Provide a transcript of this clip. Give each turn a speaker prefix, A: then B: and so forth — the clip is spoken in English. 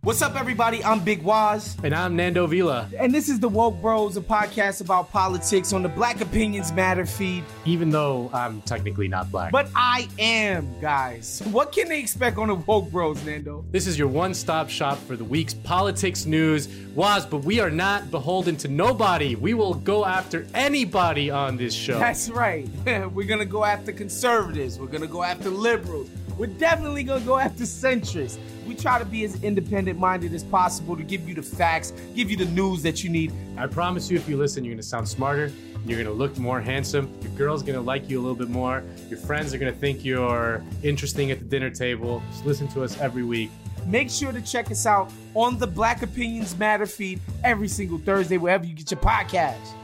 A: What's up, everybody? I'm Big Waz,
B: And I'm Nando Villa.
A: and this is the Woke Bros, a podcast about politics on the Black Opinions Matter feed.
B: Even though I'm technically not black.
A: But I am, guys. What can they expect on the Woke Bros, Nando?
B: this is your one stop shop for the week's politics news. Was, but we are not beholden to nobody. We will go after anybody on this show.
A: That's right. We're gonna go after conservatives. We're gonna go after liberals. We're definitely gonna go after centrists. We try to be as independent minded as possible to give you the facts, give you the news that you need.
B: I promise you, if you listen, you're going to sound smarter. You're going to look more handsome. Your girl's going to like you a little bit more. Your friends are going to think you're interesting at the dinner table. Just listen to us every week.
A: Make sure to check us out on the Black Opinions Matter feed every single Thursday, wherever you get your podcast.